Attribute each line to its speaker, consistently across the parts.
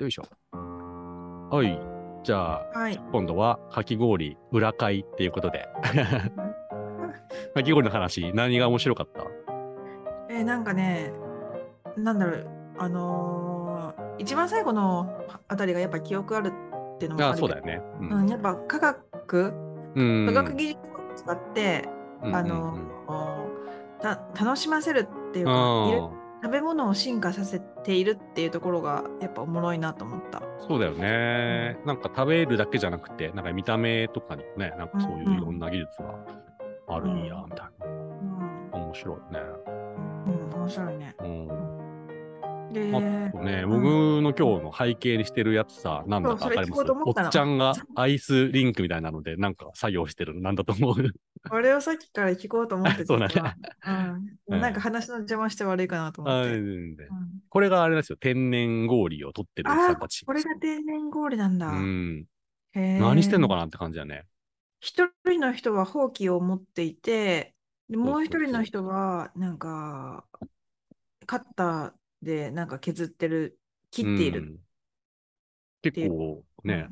Speaker 1: よいしょ。
Speaker 2: はい。じゃあ、
Speaker 3: はい。
Speaker 2: 今度はかき氷裏会っていうことで。かき氷の話、何が面白かった
Speaker 3: えーなんかね、なんだろう、あのー一番最後のあたりがやっぱ記憶あるっていうのも
Speaker 2: あ
Speaker 3: あるけ
Speaker 2: そ
Speaker 3: ど
Speaker 2: うだよね。う
Speaker 3: うん、やっぱ科学、
Speaker 2: ん。
Speaker 3: 科学技術を使って、
Speaker 2: うん
Speaker 3: あのーた楽しませるってい
Speaker 2: う
Speaker 3: うか、いろ
Speaker 2: ん
Speaker 3: 食べ物を進化させているっていうところがやっぱおもろいなと思った。
Speaker 2: そうだよね。なんか食べるだけじゃなくて、なんか見た目とかにもね、なんかそういういろんな技術があるんや、みたい
Speaker 3: うん、
Speaker 2: な。面白いね。
Speaker 3: うん、面白いね。
Speaker 2: うん。
Speaker 3: で、
Speaker 2: あとね、
Speaker 3: うん
Speaker 2: 僕の今日の背景にしてるやつさ、なんだかわかります
Speaker 3: そうそれ聞こうと思
Speaker 2: お
Speaker 3: ったの
Speaker 2: っちゃんがアイスリンクみたいなので、なんか作業してるの、なんだと思う
Speaker 3: これをさっきから聞こうと思ってて
Speaker 2: そうだね
Speaker 3: 実はう、
Speaker 2: うんん
Speaker 3: なんか話の邪魔して悪いかなと思
Speaker 2: あ
Speaker 3: って。うん
Speaker 2: 全然これがあれなんですよ、天然氷を取ってるおじさんたち。
Speaker 3: これが天然氷なんだ。
Speaker 2: うん。
Speaker 3: へー
Speaker 2: 何してんのかなって感じだね。
Speaker 3: 一人の人はほうきを持っていて、で
Speaker 2: そうそう
Speaker 3: もう一人の人は、なんか、カッターでなんか削ってる、切っている。
Speaker 2: うん結構ね、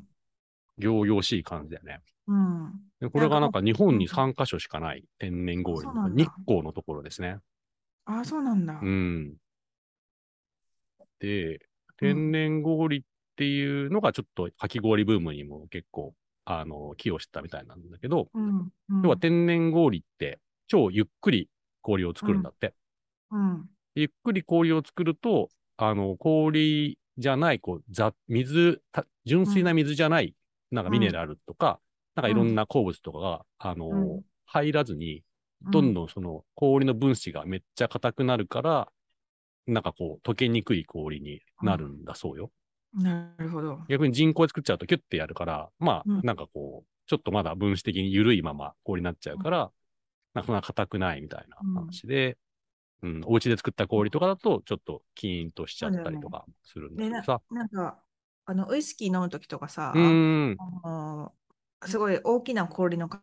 Speaker 2: 行々しい感じだよね。
Speaker 3: うん。うん。
Speaker 2: でこれがなんか日本に
Speaker 3: な
Speaker 2: 3カ所しかない天然氷
Speaker 3: そうな、んだ
Speaker 2: 日光のところですね。
Speaker 3: ああ、そうなんだ。
Speaker 2: うん。で、天然氷っていうのがちょっとかき氷ブームにも結構、あの、寄与してたみたいなんだけど、
Speaker 3: うん。うん。
Speaker 2: 要は天然氷って超ゆっくり氷を作るんだって。
Speaker 3: うん。
Speaker 2: ゆっくり氷を作ると、あの、氷じゃない、こう、ざ、水、た純粋な水じゃない、なんかミネラルとか、なんかいろんな鉱物とかが、あの、
Speaker 3: うん
Speaker 2: 入らずに、どん
Speaker 3: ん。
Speaker 2: どんその氷の分子がめっちゃ硬くなるから、なんかこう、溶けにくい氷になるんだそうよ。
Speaker 3: なるほど。
Speaker 2: 逆に人工で作っちゃうとキュッてやるから、まあ、
Speaker 3: うん
Speaker 2: なんかこう、ちょっとまだ分子的に緩いまま氷になっちゃうから、なんかそんな硬くないみたいな話で、うん、お家で作った氷とかだと、ちょっとキーンとしちゃったりとかするんだけどさ。
Speaker 3: なんか、あの、ウイスキー飲むときとかさ、
Speaker 2: うーん。
Speaker 3: あのすごい大きな氷の塊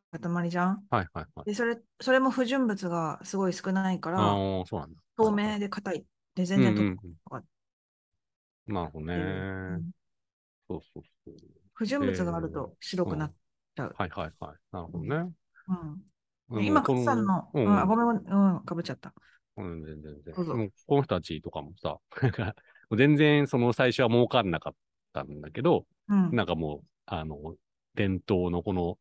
Speaker 3: じゃん。
Speaker 2: はいはいはい。
Speaker 3: で、それ、それも不純物がすごい少ないか
Speaker 2: ああ
Speaker 3: ら、
Speaker 2: ー、そうなんだ。
Speaker 3: 透明で硬い。
Speaker 2: う
Speaker 3: で、
Speaker 2: ん
Speaker 3: 全
Speaker 2: う
Speaker 3: 然
Speaker 2: んう
Speaker 3: 溶
Speaker 2: ん
Speaker 3: かっ
Speaker 2: なるほどね
Speaker 3: てる。うん
Speaker 2: そうそうそう。
Speaker 3: 不純物があると白くなっちゃう。
Speaker 2: はいはいはい。なるほどね。
Speaker 3: うん
Speaker 2: うん
Speaker 3: 今、
Speaker 2: こ
Speaker 3: カツさんの、
Speaker 2: う
Speaker 3: うんんあごめん、うん、かぶっちゃった。
Speaker 2: うん、全然全
Speaker 3: どうぞ
Speaker 2: 然。もうこの人たちとかもさ、 なんか全然その最初は儲かんなかったんだけど、
Speaker 3: うん。
Speaker 2: なんかもう、あの、伝統のこの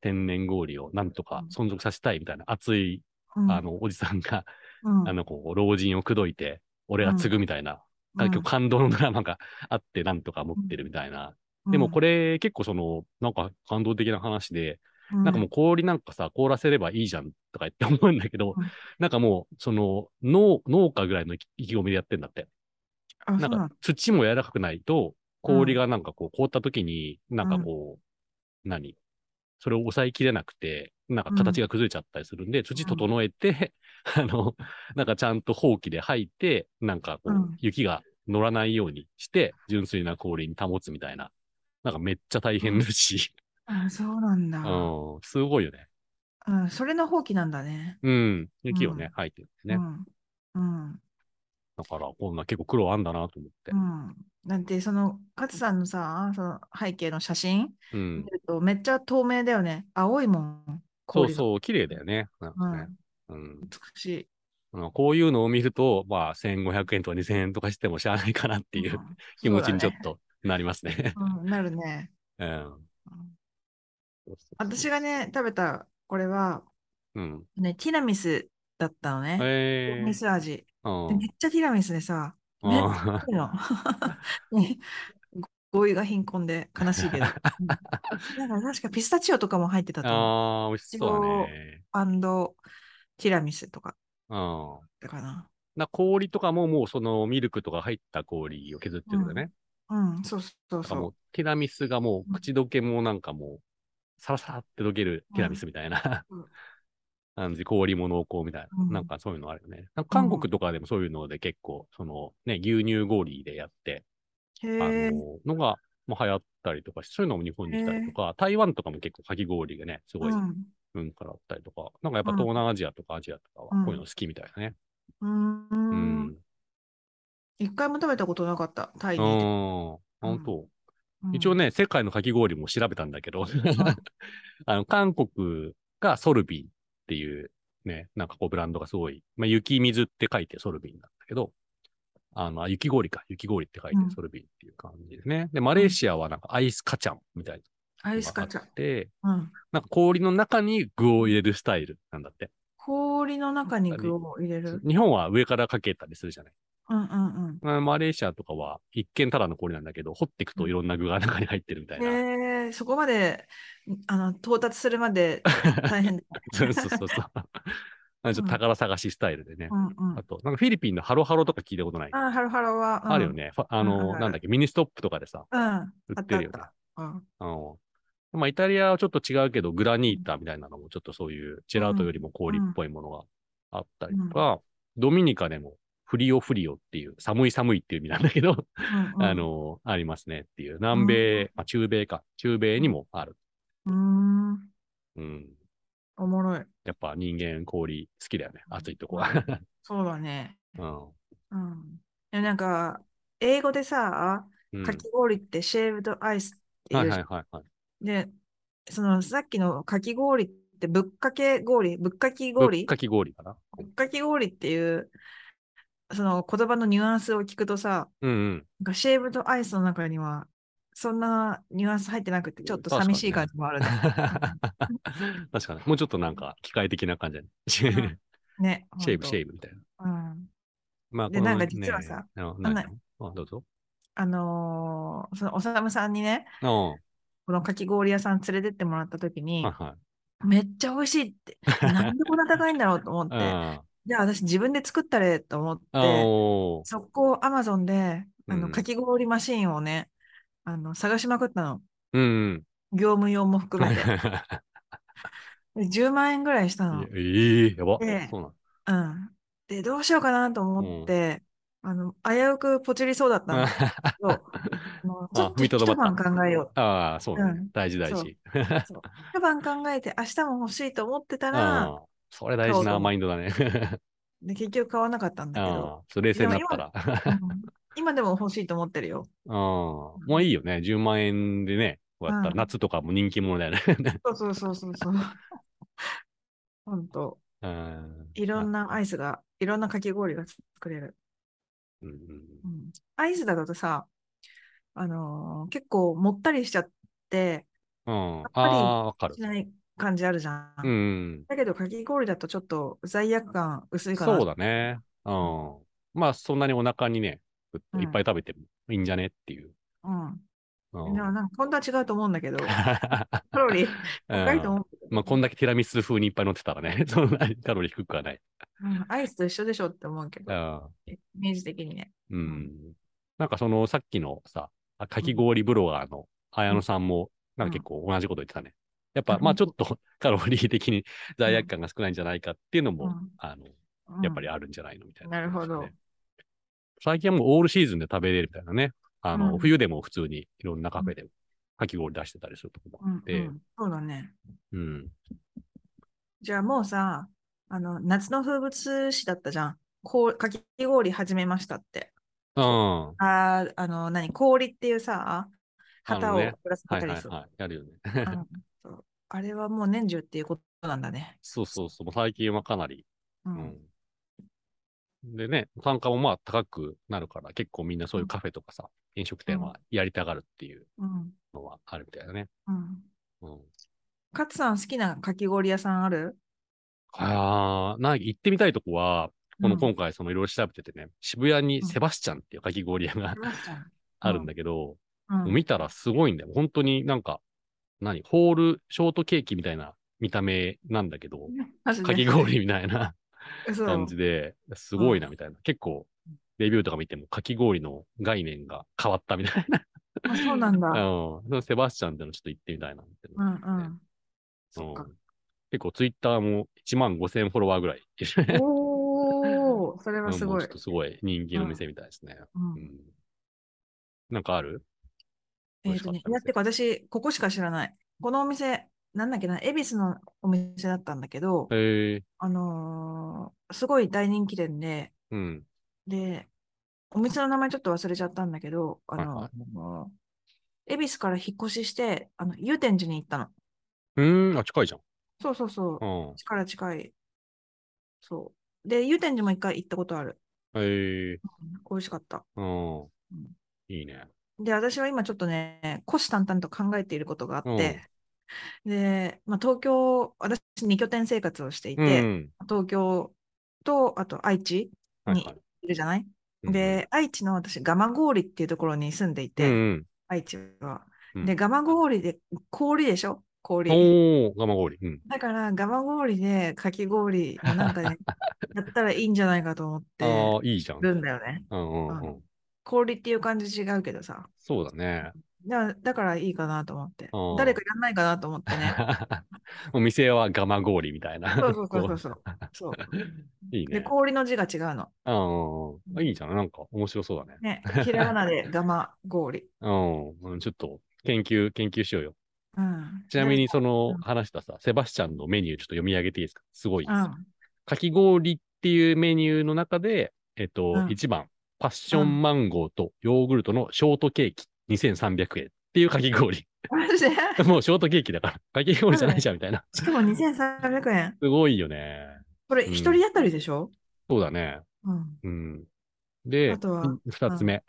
Speaker 2: 天然氷をなんとか存続させたいみたいな熱い、
Speaker 3: うん
Speaker 2: あ、の、おじさんが、
Speaker 3: うん
Speaker 2: あの、こう、老人を口説いて、俺が継ぐみたいな、なんか今日感動のドラマがあって、なんとか持ってるみたいな。でもこ
Speaker 3: れ、
Speaker 2: れ結構その、なんか感動的な話で、
Speaker 3: うん
Speaker 2: なんかもう氷なんかさ、凍らせればいいじゃんとか言って思うんだけど、
Speaker 3: うん
Speaker 2: なんかもう、その、農農家ぐらいの意気意気込みでやってんだって。
Speaker 3: あ
Speaker 2: なん
Speaker 3: そう
Speaker 2: か土も柔らかくないと、氷がなんかこう凍った時に、なんかこう、何それを抑えきれなくて、なんか形が崩れちゃったりするんで、土整えて、 あの、なんかちゃんとほうきで吐いて、なんかこう、
Speaker 3: うん
Speaker 2: 雪が乗らないようにして、純粋な氷に保つみたいな。なんかめっちゃ大変だし、
Speaker 3: あそうなんだ。
Speaker 2: うん、すごいよね。
Speaker 3: うん、それの放棄なんだね。
Speaker 2: うん。雪をね、
Speaker 3: うん
Speaker 2: 吐いてるんですね。
Speaker 3: うん。うん。
Speaker 2: だから、こんな結構苦労あんだなと思って
Speaker 3: う。ん。だって、その、カツさんのさ、その背景の写真
Speaker 2: うん
Speaker 3: 見。ると、めっちゃ透明だよね。青いもん。
Speaker 2: そう
Speaker 3: 氷が。
Speaker 2: そう、綺麗だよね。なんか
Speaker 3: うん
Speaker 2: ね。うん。
Speaker 3: 美しい。っ
Speaker 2: まあこういうのを見ると、まあ、1500円とか2000円とかしてもしゃあないかなっていう気持ちにちょっとなりますね。
Speaker 3: うん、なるね。
Speaker 2: うん。
Speaker 3: うん私がね、食べたこれは、
Speaker 2: うん。
Speaker 3: ね、ティラミスだったのね。ティ
Speaker 2: え
Speaker 3: ラ
Speaker 2: え
Speaker 3: ミス味。
Speaker 2: ー。う
Speaker 3: でめっちゃティラミス でさ、めっちゃ
Speaker 2: ん。
Speaker 3: いいの。 ね語彙が貧困で悲し いけど。うんなんか確かピスタチオとかも入ってたと思う。
Speaker 2: ああ、美味しそうだね。
Speaker 3: アンドティラミスとか
Speaker 2: うん。
Speaker 3: だかな。
Speaker 2: な氷とかももうそのミルクとか入った氷を削ってるんだよね。
Speaker 3: うん、そうそう
Speaker 2: なんか
Speaker 3: そ
Speaker 2: も
Speaker 3: う
Speaker 2: う。ティラミスがも
Speaker 3: うん
Speaker 2: う口どけもなんかもうサラサラってどけるティラミスみたいな、
Speaker 3: うん
Speaker 2: 感じ、氷も濃厚みたいな、
Speaker 3: うん
Speaker 2: なんかそういうのあるよね。なんか韓国とかでもそういうので結構、そのね、牛乳氷でやって、あ
Speaker 3: へえ。
Speaker 2: の、のが、もう流行ったりとかし、そういうのも日本に来たりとか、台湾とかも結構かき氷がね、すごい文化だったりとか、なんかやっぱ東南アジアとかアジアとかは
Speaker 3: うん
Speaker 2: こういうの好きみたいなね。
Speaker 3: うん。
Speaker 2: う
Speaker 3: うんん。一回も食べたことなかった、タイ
Speaker 2: う
Speaker 3: にいて。
Speaker 2: ん。本当、
Speaker 3: うん
Speaker 2: 一応、ね、世界のかき氷も調べたんだけ ど、
Speaker 3: はい
Speaker 2: あの、韓国がソルビンっていうね、なんかこうブランドがすごい、まあ、雪水って書いてソルビンなんだけど、あの、あ雪氷か、雪氷って書いて
Speaker 3: うん
Speaker 2: ソルビンっていう感じですね。で、マレーシアはなんかアイスカチャンみたい
Speaker 3: ア
Speaker 2: な
Speaker 3: イ
Speaker 2: の
Speaker 3: ス
Speaker 2: があ
Speaker 3: カ
Speaker 2: っ
Speaker 3: チャ。
Speaker 2: て、
Speaker 3: うん、
Speaker 2: なんか氷の中に具を入れるスタイルなんだって。
Speaker 3: 氷の中に具を入れる。
Speaker 2: 日本は上からかけたりするじゃない。
Speaker 3: うんうん
Speaker 2: まあマレーシアとかは一見ただの氷なんだけど、掘っていくといろんな具が中に入ってるみたいな。
Speaker 3: うん。えー、そこまであの到達するまで 大変だ。
Speaker 2: そうそうそうそう。なんかちょっと宝探しスタイルでね。
Speaker 3: うんうん
Speaker 2: あ、と、なんかフィリピンのハロハロとか聞いたことない。あ
Speaker 3: あ、ハロハロは。うん
Speaker 2: るよ。ね。ファあ
Speaker 3: うんあるあ
Speaker 2: の、
Speaker 3: る
Speaker 2: なんだっけ、ミニストップとかでさ、
Speaker 3: うん。あ
Speaker 2: 売
Speaker 3: っ
Speaker 2: って
Speaker 3: たあっ
Speaker 2: るよね。
Speaker 3: た。うん
Speaker 2: うん。まあ、イタリアはちょっと違うけど、グラニータみたいなのも、ちょっとそういうジェラートよりも氷っぽいものがあったりとか、ドミニカでも、フリオフリオっていう、寒い寒いっていう意味なんだけど、
Speaker 3: うんうん
Speaker 2: あ、の、ありますねっていう、南米、まあ、中米か、中米にもある。
Speaker 3: うーん、
Speaker 2: うん。
Speaker 3: おもろい。
Speaker 2: やっぱ人間氷好きだよね。暑いとこは。
Speaker 3: そうだね。
Speaker 2: うん。
Speaker 3: うん。でなんか、英語でさ、
Speaker 2: うん
Speaker 3: かき氷ってシェーブドアイスって
Speaker 2: はいいうはい
Speaker 3: じ
Speaker 2: はいはい。
Speaker 3: ゃん。で、そのさっきのかき氷ってぶっかけ氷、ぶっかき
Speaker 2: ぶっ
Speaker 3: 氷
Speaker 2: かき氷かな。
Speaker 3: ぶっかき氷っていう、その言葉のニュアンスを聞くとさ、
Speaker 2: うんうん。
Speaker 3: なんかシェーブドアイスの中には、そんなニュアンス入ってなくて、ちょっと
Speaker 2: 確かに
Speaker 3: 寂
Speaker 2: ね
Speaker 3: しい感じもあるね。
Speaker 2: 確かに。もうちょっとなんか機械的な感じだね。シェ
Speaker 3: んね、
Speaker 2: イ ブシェ
Speaker 3: イ
Speaker 2: イブみたいな。
Speaker 3: ブ。うん。
Speaker 2: まあ、
Speaker 3: で
Speaker 2: この
Speaker 3: なんか実はさ
Speaker 2: ね、あ
Speaker 3: なん
Speaker 2: 何
Speaker 3: だ
Speaker 2: あどうぞ。
Speaker 3: あのーそのおさむさんにね、
Speaker 2: うん。は
Speaker 3: このかき氷屋さん連れてってもらったとき
Speaker 2: い
Speaker 3: に、
Speaker 2: は
Speaker 3: めっちゃ美味しいって、なんでこんな高いんだろうと思っ
Speaker 2: い。
Speaker 3: て、
Speaker 2: あ
Speaker 3: じゃあ私自分で作ったれと思っ
Speaker 2: あ
Speaker 3: て、
Speaker 2: おー
Speaker 3: そこアマゾンで、あ
Speaker 2: うん
Speaker 3: の、かき氷マシンをね、あの、探しまくったの。
Speaker 2: うんうん。
Speaker 3: 業務用も含め て。で10万円ぐらいしたの。
Speaker 2: ええ、やば
Speaker 3: ええ。
Speaker 2: そうなん
Speaker 3: うん。で、どうしようかなと思って、あの、危うくポチりそうだったんだ
Speaker 2: だ。
Speaker 3: けど、あのちょ
Speaker 2: あ
Speaker 3: っ、と
Speaker 2: 踏みとど
Speaker 3: 一
Speaker 2: まっ
Speaker 3: 晩
Speaker 2: た。
Speaker 3: 考えよ う。
Speaker 2: ああ、そうね
Speaker 3: うん
Speaker 2: 大事大
Speaker 3: そう
Speaker 2: 事。
Speaker 3: そう一晩考えて、明日も欲しいと思ってたら、
Speaker 2: ああ、それ大事
Speaker 3: そうそ
Speaker 2: な
Speaker 3: う
Speaker 2: マインドだね。
Speaker 3: で結局買わなかったんだけど、
Speaker 2: ああ、それ冷静になったら。
Speaker 3: うん今でも欲しいと思ってるよ。
Speaker 2: うん。もういいよね。10万円でね。こうやったら
Speaker 3: うん
Speaker 2: 夏とかも人気者だよね。
Speaker 3: そうそうそうそうそう。 本当、
Speaker 2: うん。
Speaker 3: いろんなアイスが、いろんなかき氷が作れる。
Speaker 2: うんうん
Speaker 3: うん、アイスだとさ、あのー結構もったりしちゃって、
Speaker 2: うん。うん。あ
Speaker 3: ぱり
Speaker 2: あ、わかる
Speaker 3: し。ない感じあるじゃん。
Speaker 2: うん。
Speaker 3: だけど、かき氷だとちょっと罪悪感薄いかな。
Speaker 2: そうだね。うん。まあ、そんなにお腹にね、いっぱい食べてもいいんじゃねっていう。
Speaker 3: うん。
Speaker 2: う
Speaker 3: みんな、
Speaker 2: ん。
Speaker 3: なんか、本当は違うと思うん だけど、カロリー高いと思うけど、
Speaker 2: うんまあ、こんだけティラミス風にいっぱい乗ってたらね、 そんなにカロリー低くはない。
Speaker 3: うんアイスと一緒でしょって思うけ
Speaker 2: う
Speaker 3: ど、
Speaker 2: ん。
Speaker 3: イメージ的にね。
Speaker 2: うん
Speaker 3: ん
Speaker 2: なんかそのさっきのさ、あかき氷ブロガーの綾野さんも、なんか結構同じこと言ってたね。やっぱ、
Speaker 3: うん
Speaker 2: まあちょっと カロリー的に罪悪感が少ないんじゃないかっていうのも、
Speaker 3: うん
Speaker 2: あの、
Speaker 3: うん
Speaker 2: やっぱりあるんじゃないのみたいな、
Speaker 3: なるほど。
Speaker 2: 最近はもうオールシーズンで食べれるみたいなね。あの、
Speaker 3: うん
Speaker 2: 冬でも普通にいろんなカフェでもかき氷出してたりするとこも
Speaker 3: うん
Speaker 2: あ
Speaker 3: う
Speaker 2: って、
Speaker 3: ん、そうだね。
Speaker 2: うん。
Speaker 3: じゃあもうさ、あの、夏の風物詩だったじゃん。こう、かき氷始めましたって。
Speaker 2: うん。
Speaker 3: あー、あの、何、氷っていうさ、
Speaker 2: あ
Speaker 3: 旗
Speaker 2: の
Speaker 3: を
Speaker 2: ね
Speaker 3: ぶら下
Speaker 2: は
Speaker 3: げ
Speaker 2: い
Speaker 3: た
Speaker 2: は
Speaker 3: り
Speaker 2: い
Speaker 3: する。
Speaker 2: はい。やるよね。
Speaker 3: うんそうあれはもう年中っていうことなんだね。
Speaker 2: そうそうそう。もう最近はかなり
Speaker 3: う。
Speaker 2: うんんでね、単価もまあ高くなるから、結構みんなそういうカフェとかさ、飲食店はやりたがるっていう
Speaker 3: うん。
Speaker 2: のはあるみたいだね。
Speaker 3: うん。
Speaker 2: うん。
Speaker 3: 勝さん好きなかき氷屋さんある
Speaker 2: あーない、行ってみたいとこは、こ
Speaker 3: う
Speaker 2: の
Speaker 3: ん
Speaker 2: 今回そのいろいろ調べててね、渋谷に
Speaker 3: うん
Speaker 2: セバスチャンっていうかき氷屋が
Speaker 3: セバスチャン
Speaker 2: あるんだけど、
Speaker 3: うん
Speaker 2: もう見たらすごいんだよ。本当になんか、何ホール、ショートケーキみたいな見た目なんだけど、
Speaker 3: マジで
Speaker 2: かき氷みたいな
Speaker 3: 嘘
Speaker 2: 感じで、すごいなみたいな。結構、レビューとか見てもかき氷の概念が変わったみたいな。
Speaker 3: あそうなん だ。
Speaker 2: うん。そのセバスチャンってのちょっと行ってみたいなって
Speaker 3: う
Speaker 2: 思
Speaker 3: ん
Speaker 2: っ
Speaker 3: う
Speaker 2: て、
Speaker 3: ん。そっ
Speaker 2: う
Speaker 3: か
Speaker 2: ん。結構ツイッターも1万5千フォロワーぐらいいるね。
Speaker 3: おー、それはす
Speaker 2: うんもう
Speaker 3: ご
Speaker 2: ちょ
Speaker 3: い
Speaker 2: っ。とすごい人気の店みたいですね。
Speaker 3: うん
Speaker 2: うんなんかある
Speaker 3: えっとね、
Speaker 2: 美
Speaker 3: い
Speaker 2: 味
Speaker 3: やっ
Speaker 2: して
Speaker 3: か私、ここしか知らない。このお店、なんだっけな、恵比寿のお店だったんだけど、
Speaker 2: へえ
Speaker 3: あのーすごい大人気店で、
Speaker 2: うん。
Speaker 3: で、お店の名前ちょっと忘れちゃったんだけど、あの、
Speaker 2: は
Speaker 3: 恵比寿から引っ越しして、あの、祐天寺に行ったの。
Speaker 2: うーん、あ、近いじゃん。
Speaker 3: そうそうそう
Speaker 2: う。ん。
Speaker 3: 力近い。そう。で、祐天寺も一回行ったことある。
Speaker 2: へえ
Speaker 3: 美味しかった。
Speaker 2: うん
Speaker 3: ん。
Speaker 2: いいね。
Speaker 3: で、私は今ちょっとね、虎視眈々と考えていることがあって、で、まあ、東京、私2拠点生活をしていうて、
Speaker 2: ん。
Speaker 3: 東京と、あと愛知
Speaker 2: はいはい
Speaker 3: るじゃない、
Speaker 2: い。
Speaker 3: で、愛知の私、蒲郡っていうところに住んでい
Speaker 2: うん
Speaker 3: て、
Speaker 2: うん、
Speaker 3: 愛知は。
Speaker 2: うん
Speaker 3: で、蒲郡で氷でしょ氷。
Speaker 2: おー、蒲氷。うん。
Speaker 3: だから、ガマ氷でかき氷のなん かね、やったらいいんじゃないかと思って
Speaker 2: ああ、いいじゃん。う
Speaker 3: るん
Speaker 2: ん
Speaker 3: だよね。
Speaker 2: うんうん。
Speaker 3: 氷っていう感じ違うけどさ。
Speaker 2: そうだね。
Speaker 3: だだからいいかなと思って
Speaker 2: あー。
Speaker 3: 誰かやんないかなと思ってね。
Speaker 2: お店は蒲氷みたいな。
Speaker 3: そうそうそうそうそう。そう
Speaker 2: ういい
Speaker 3: で、
Speaker 2: ね。
Speaker 3: 氷の字が違うの。
Speaker 2: うんうん。いいじゃん。なんか面白そうだね。
Speaker 3: ね、ひらが なでガマ氷。
Speaker 2: うんうん。ちょっと研究、研究しようよ。
Speaker 3: うん、
Speaker 2: ちなみに、そ
Speaker 3: うん
Speaker 2: の話したさ、セバスチャンのメニューちょっと読み上げていいですかすごいで
Speaker 3: う
Speaker 2: す。
Speaker 3: ん、
Speaker 2: かき氷っていうメニューの中で、えっと、
Speaker 3: うん
Speaker 2: 1番、パッションマンゴーとヨーグルトのショートケーキ2300円っていうかき 氷。
Speaker 3: マジで
Speaker 2: もうショートケーキだから。かき氷じゃないじゃんみたいな。
Speaker 3: しかも2300円。
Speaker 2: すごいよね。
Speaker 3: これ、一人当たりでしょ、
Speaker 2: そうだね。
Speaker 3: うん、
Speaker 2: うん。で、
Speaker 3: あとは
Speaker 2: ふ二つ目。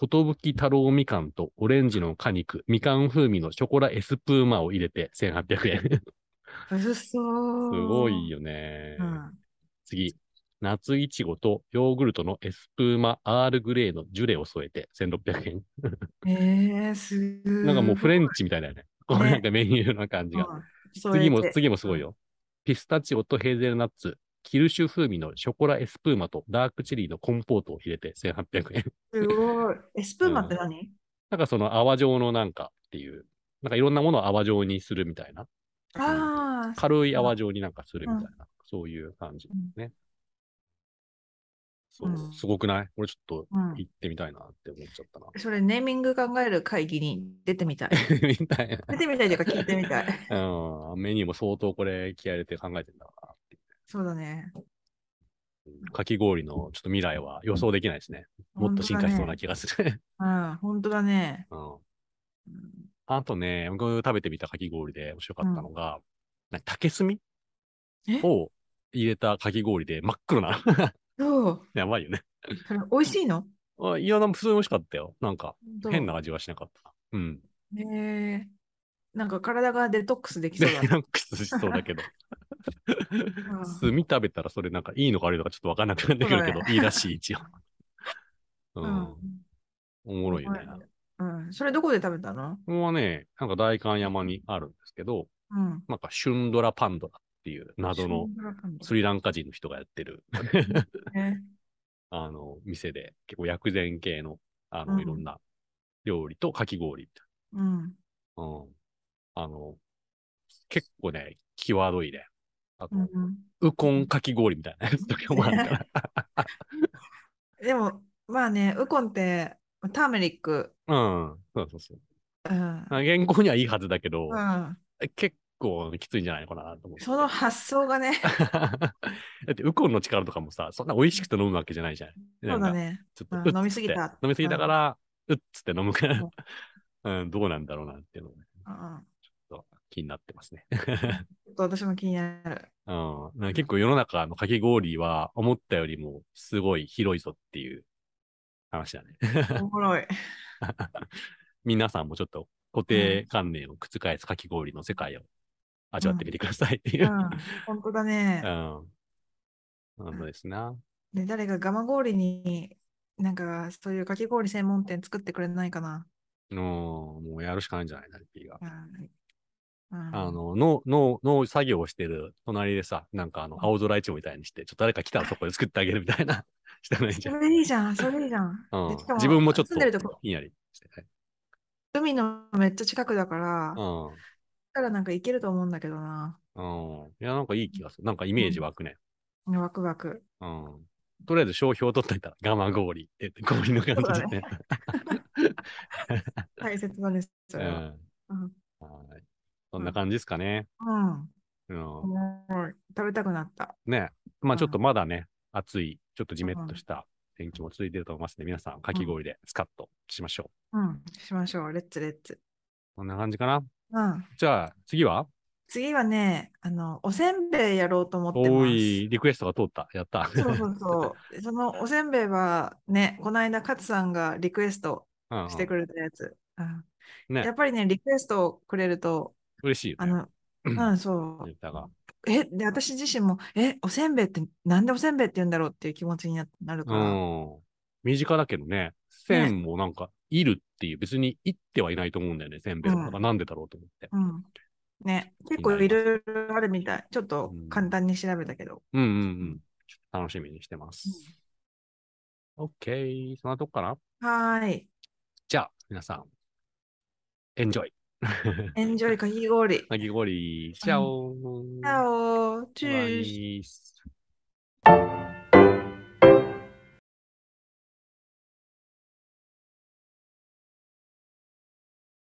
Speaker 2: 寿太郎みかんとオレンジの果肉、みかん風味のショコラエスプーマを入れて1800円。す
Speaker 3: うそう。
Speaker 2: ごいよね。
Speaker 3: うん。
Speaker 2: 次。夏いちごとヨーグルトのエスプーマアールグレーのジュレを添えて1600円。
Speaker 3: えー、すごい。
Speaker 2: なんかもうフレンチみたいだよね。 こう
Speaker 3: ね
Speaker 2: なんかメニューの感じが。
Speaker 3: うん
Speaker 2: 次も
Speaker 3: 添え、て
Speaker 2: 次もすごいよ。ピスタチオとヘーゼルナッツ、キルシュ風味のショコラエスプーマとダークチリのコンポートを入れて1800円。
Speaker 3: すごい。え、スプーマって何、
Speaker 2: なんかその泡状のなんかっていう、なんかいろんなものを泡状にするみたいな。
Speaker 3: ああ、
Speaker 2: 軽い泡状になんかするみたいな、そういう感じね。そうう、
Speaker 3: ん
Speaker 2: すごくない俺ちょっと
Speaker 3: うん、
Speaker 2: 行ってみたいなって思っちゃったな。
Speaker 3: それネーミング考える会議に出てみたい。
Speaker 2: みたい
Speaker 3: 出てみたいというか聞いてみたい。
Speaker 2: な。うん、メニューも相当これ気合い入れて考えてんだろうなってい
Speaker 3: そうだね。
Speaker 2: う。かき氷のちょっと未来は予想できないですね。もっと進化しそうな気がする。
Speaker 3: な。うん、本当だね。
Speaker 2: うん、あとね、僕食べてみたかき氷で面白かったのが、なんか竹炭
Speaker 3: え
Speaker 2: を入れたかき氷で真っ黒な。
Speaker 3: どう
Speaker 2: やばいよね。
Speaker 3: それ美味しいの
Speaker 2: あいや、なんか普通に美味しかったよ。なんか変な
Speaker 3: ね
Speaker 2: 味はしなかった。うん。
Speaker 3: えーなんか体がデトックスでき
Speaker 2: デ
Speaker 3: そう だね。
Speaker 2: ラックスしそうだけど。炭食べたらそれなんかいいのか悪いのかちょっとわかんなくなってくるけ
Speaker 3: そう
Speaker 2: ど
Speaker 3: だ、
Speaker 2: いいらしい、一応。う
Speaker 3: うんん。。
Speaker 2: おもろいよね。
Speaker 3: うん。それどこで食べたの
Speaker 2: ここはね、なんか大観山にあるんですけど、
Speaker 3: うん。
Speaker 2: なんかシュンドラパンドラっていう謎の
Speaker 3: シンガポール
Speaker 2: スリランカ人の人がやってる、
Speaker 3: ね
Speaker 2: あの、店で、結構薬膳系の、あ
Speaker 3: う
Speaker 2: の、
Speaker 3: ん
Speaker 2: いろんな料理とかき氷みたい
Speaker 3: うん。
Speaker 2: な。うん。あの、結構ね、際どいね。あと
Speaker 3: う、ん。
Speaker 2: ウコンかき氷みたいなやつとかもある から。
Speaker 3: でも、まあね、ウコンって、ターメリック。
Speaker 2: うん。そうそうそう。
Speaker 3: うん。
Speaker 2: あ原稿にはいいはずだけど、
Speaker 3: うん。
Speaker 2: 結構きついんじゃないのかなと思って。
Speaker 3: その発想がね、
Speaker 2: だって、ウコンの力とかもさ、そんな美味しくて飲むわけじゃないじゃん。
Speaker 3: そ
Speaker 2: な
Speaker 3: うん
Speaker 2: か
Speaker 3: だね。
Speaker 2: ちょっと
Speaker 3: うん
Speaker 2: うっつって
Speaker 3: 飲みすぎた
Speaker 2: 飲みすぎたから、うっつって飲むから
Speaker 3: うん、
Speaker 2: うん、どうなんだろうなっていうのがね
Speaker 3: うん
Speaker 2: 気になってますね。
Speaker 3: ちょっと私も気にな る。
Speaker 2: うん、なんか結構世の中のかき氷は思ったよりもすごい広いぞっていう話だね。
Speaker 3: おもろい。
Speaker 2: 皆さんもちょっと固定観念を覆すかき氷の世界を味わってみてくださいっていうう。
Speaker 3: ん、本当だ
Speaker 2: う
Speaker 3: ね。
Speaker 2: ん。なんですな。
Speaker 3: で誰かガマ氷に、なんかそういうかき氷専門店作ってくれないかな。
Speaker 2: うん、もうやるしかないんじゃないナリピーが。
Speaker 3: うんうん
Speaker 2: あの、農、農、農作業をしてる隣でさ、なんかあの、青空市みたいにして、ちょっと誰か来たらそこで作ってあげるみたいな、 したらいいんじ
Speaker 3: そ
Speaker 2: ゃん。
Speaker 3: れいいじゃん、それいいじゃん。
Speaker 2: うん
Speaker 3: でしか
Speaker 2: 自分もちょっと
Speaker 3: 住んでるとこ、
Speaker 2: ひんやりしてね。
Speaker 3: 海のめっちゃ近くだから、
Speaker 2: う
Speaker 3: だ
Speaker 2: ん。
Speaker 3: からなんか行けると思うんだけどな。
Speaker 2: うん。いや、なんかいい気がする。なんかイメージ湧くね。
Speaker 3: ワクワク。
Speaker 2: うん。とりあえず、商標取っといたら、我慢氷って言って、氷の感じでね。
Speaker 3: 大切だね、 それは。
Speaker 2: うん。はい。そんな感じですかね。
Speaker 3: うん。
Speaker 2: うん
Speaker 3: お。もろい食べたくなった。
Speaker 2: ね、まあちょっとまだね、暑い、ちょっとじめっとした、天気も続いてると思いますね。皆さん、かき氷でスカッとしましょ
Speaker 3: うん。しましょう。レッツレッツ。
Speaker 2: う。こんな感じかな。
Speaker 3: うん。
Speaker 2: じゃあ、次は
Speaker 3: 次はね、あの、おせんべいやろうと思って
Speaker 2: お
Speaker 3: ます。
Speaker 2: い、リクエストが通った。やった。
Speaker 3: そうそうそう。 そのおせんべいはね、この間、勝さんがリクエスト
Speaker 2: うんうん
Speaker 3: してくれたやつ。うん
Speaker 2: ね
Speaker 3: やっぱりね、リクエストをくれると、
Speaker 2: 嬉しいよ
Speaker 3: あ
Speaker 2: ね。
Speaker 3: の、うん、そ
Speaker 2: ネタが。
Speaker 3: う。え、で、私自身も、え、おせんべいって、なんでおせんべいって言うんだろうっていう気持ちにななるか
Speaker 2: う
Speaker 3: ら。
Speaker 2: ん。身近だけどね、線もなんか、いるっていう、別にいってはいないと思うんだよね、せんべいのことが。なんでだろうと思って。
Speaker 3: うん。ね、結構
Speaker 2: 気に
Speaker 3: い
Speaker 2: な
Speaker 3: ろいろあるみたい。ちょっと
Speaker 2: うん
Speaker 3: 簡単に調べたけど。
Speaker 2: うんうんうん。ちょっと楽しみにしてます。OK。そんなとこかな
Speaker 3: はーい。
Speaker 2: じゃあ、皆さん、エンジョイ。
Speaker 3: エンジョイかき氷。
Speaker 2: かき氷、チャオ
Speaker 3: チャオチュース
Speaker 2: バイ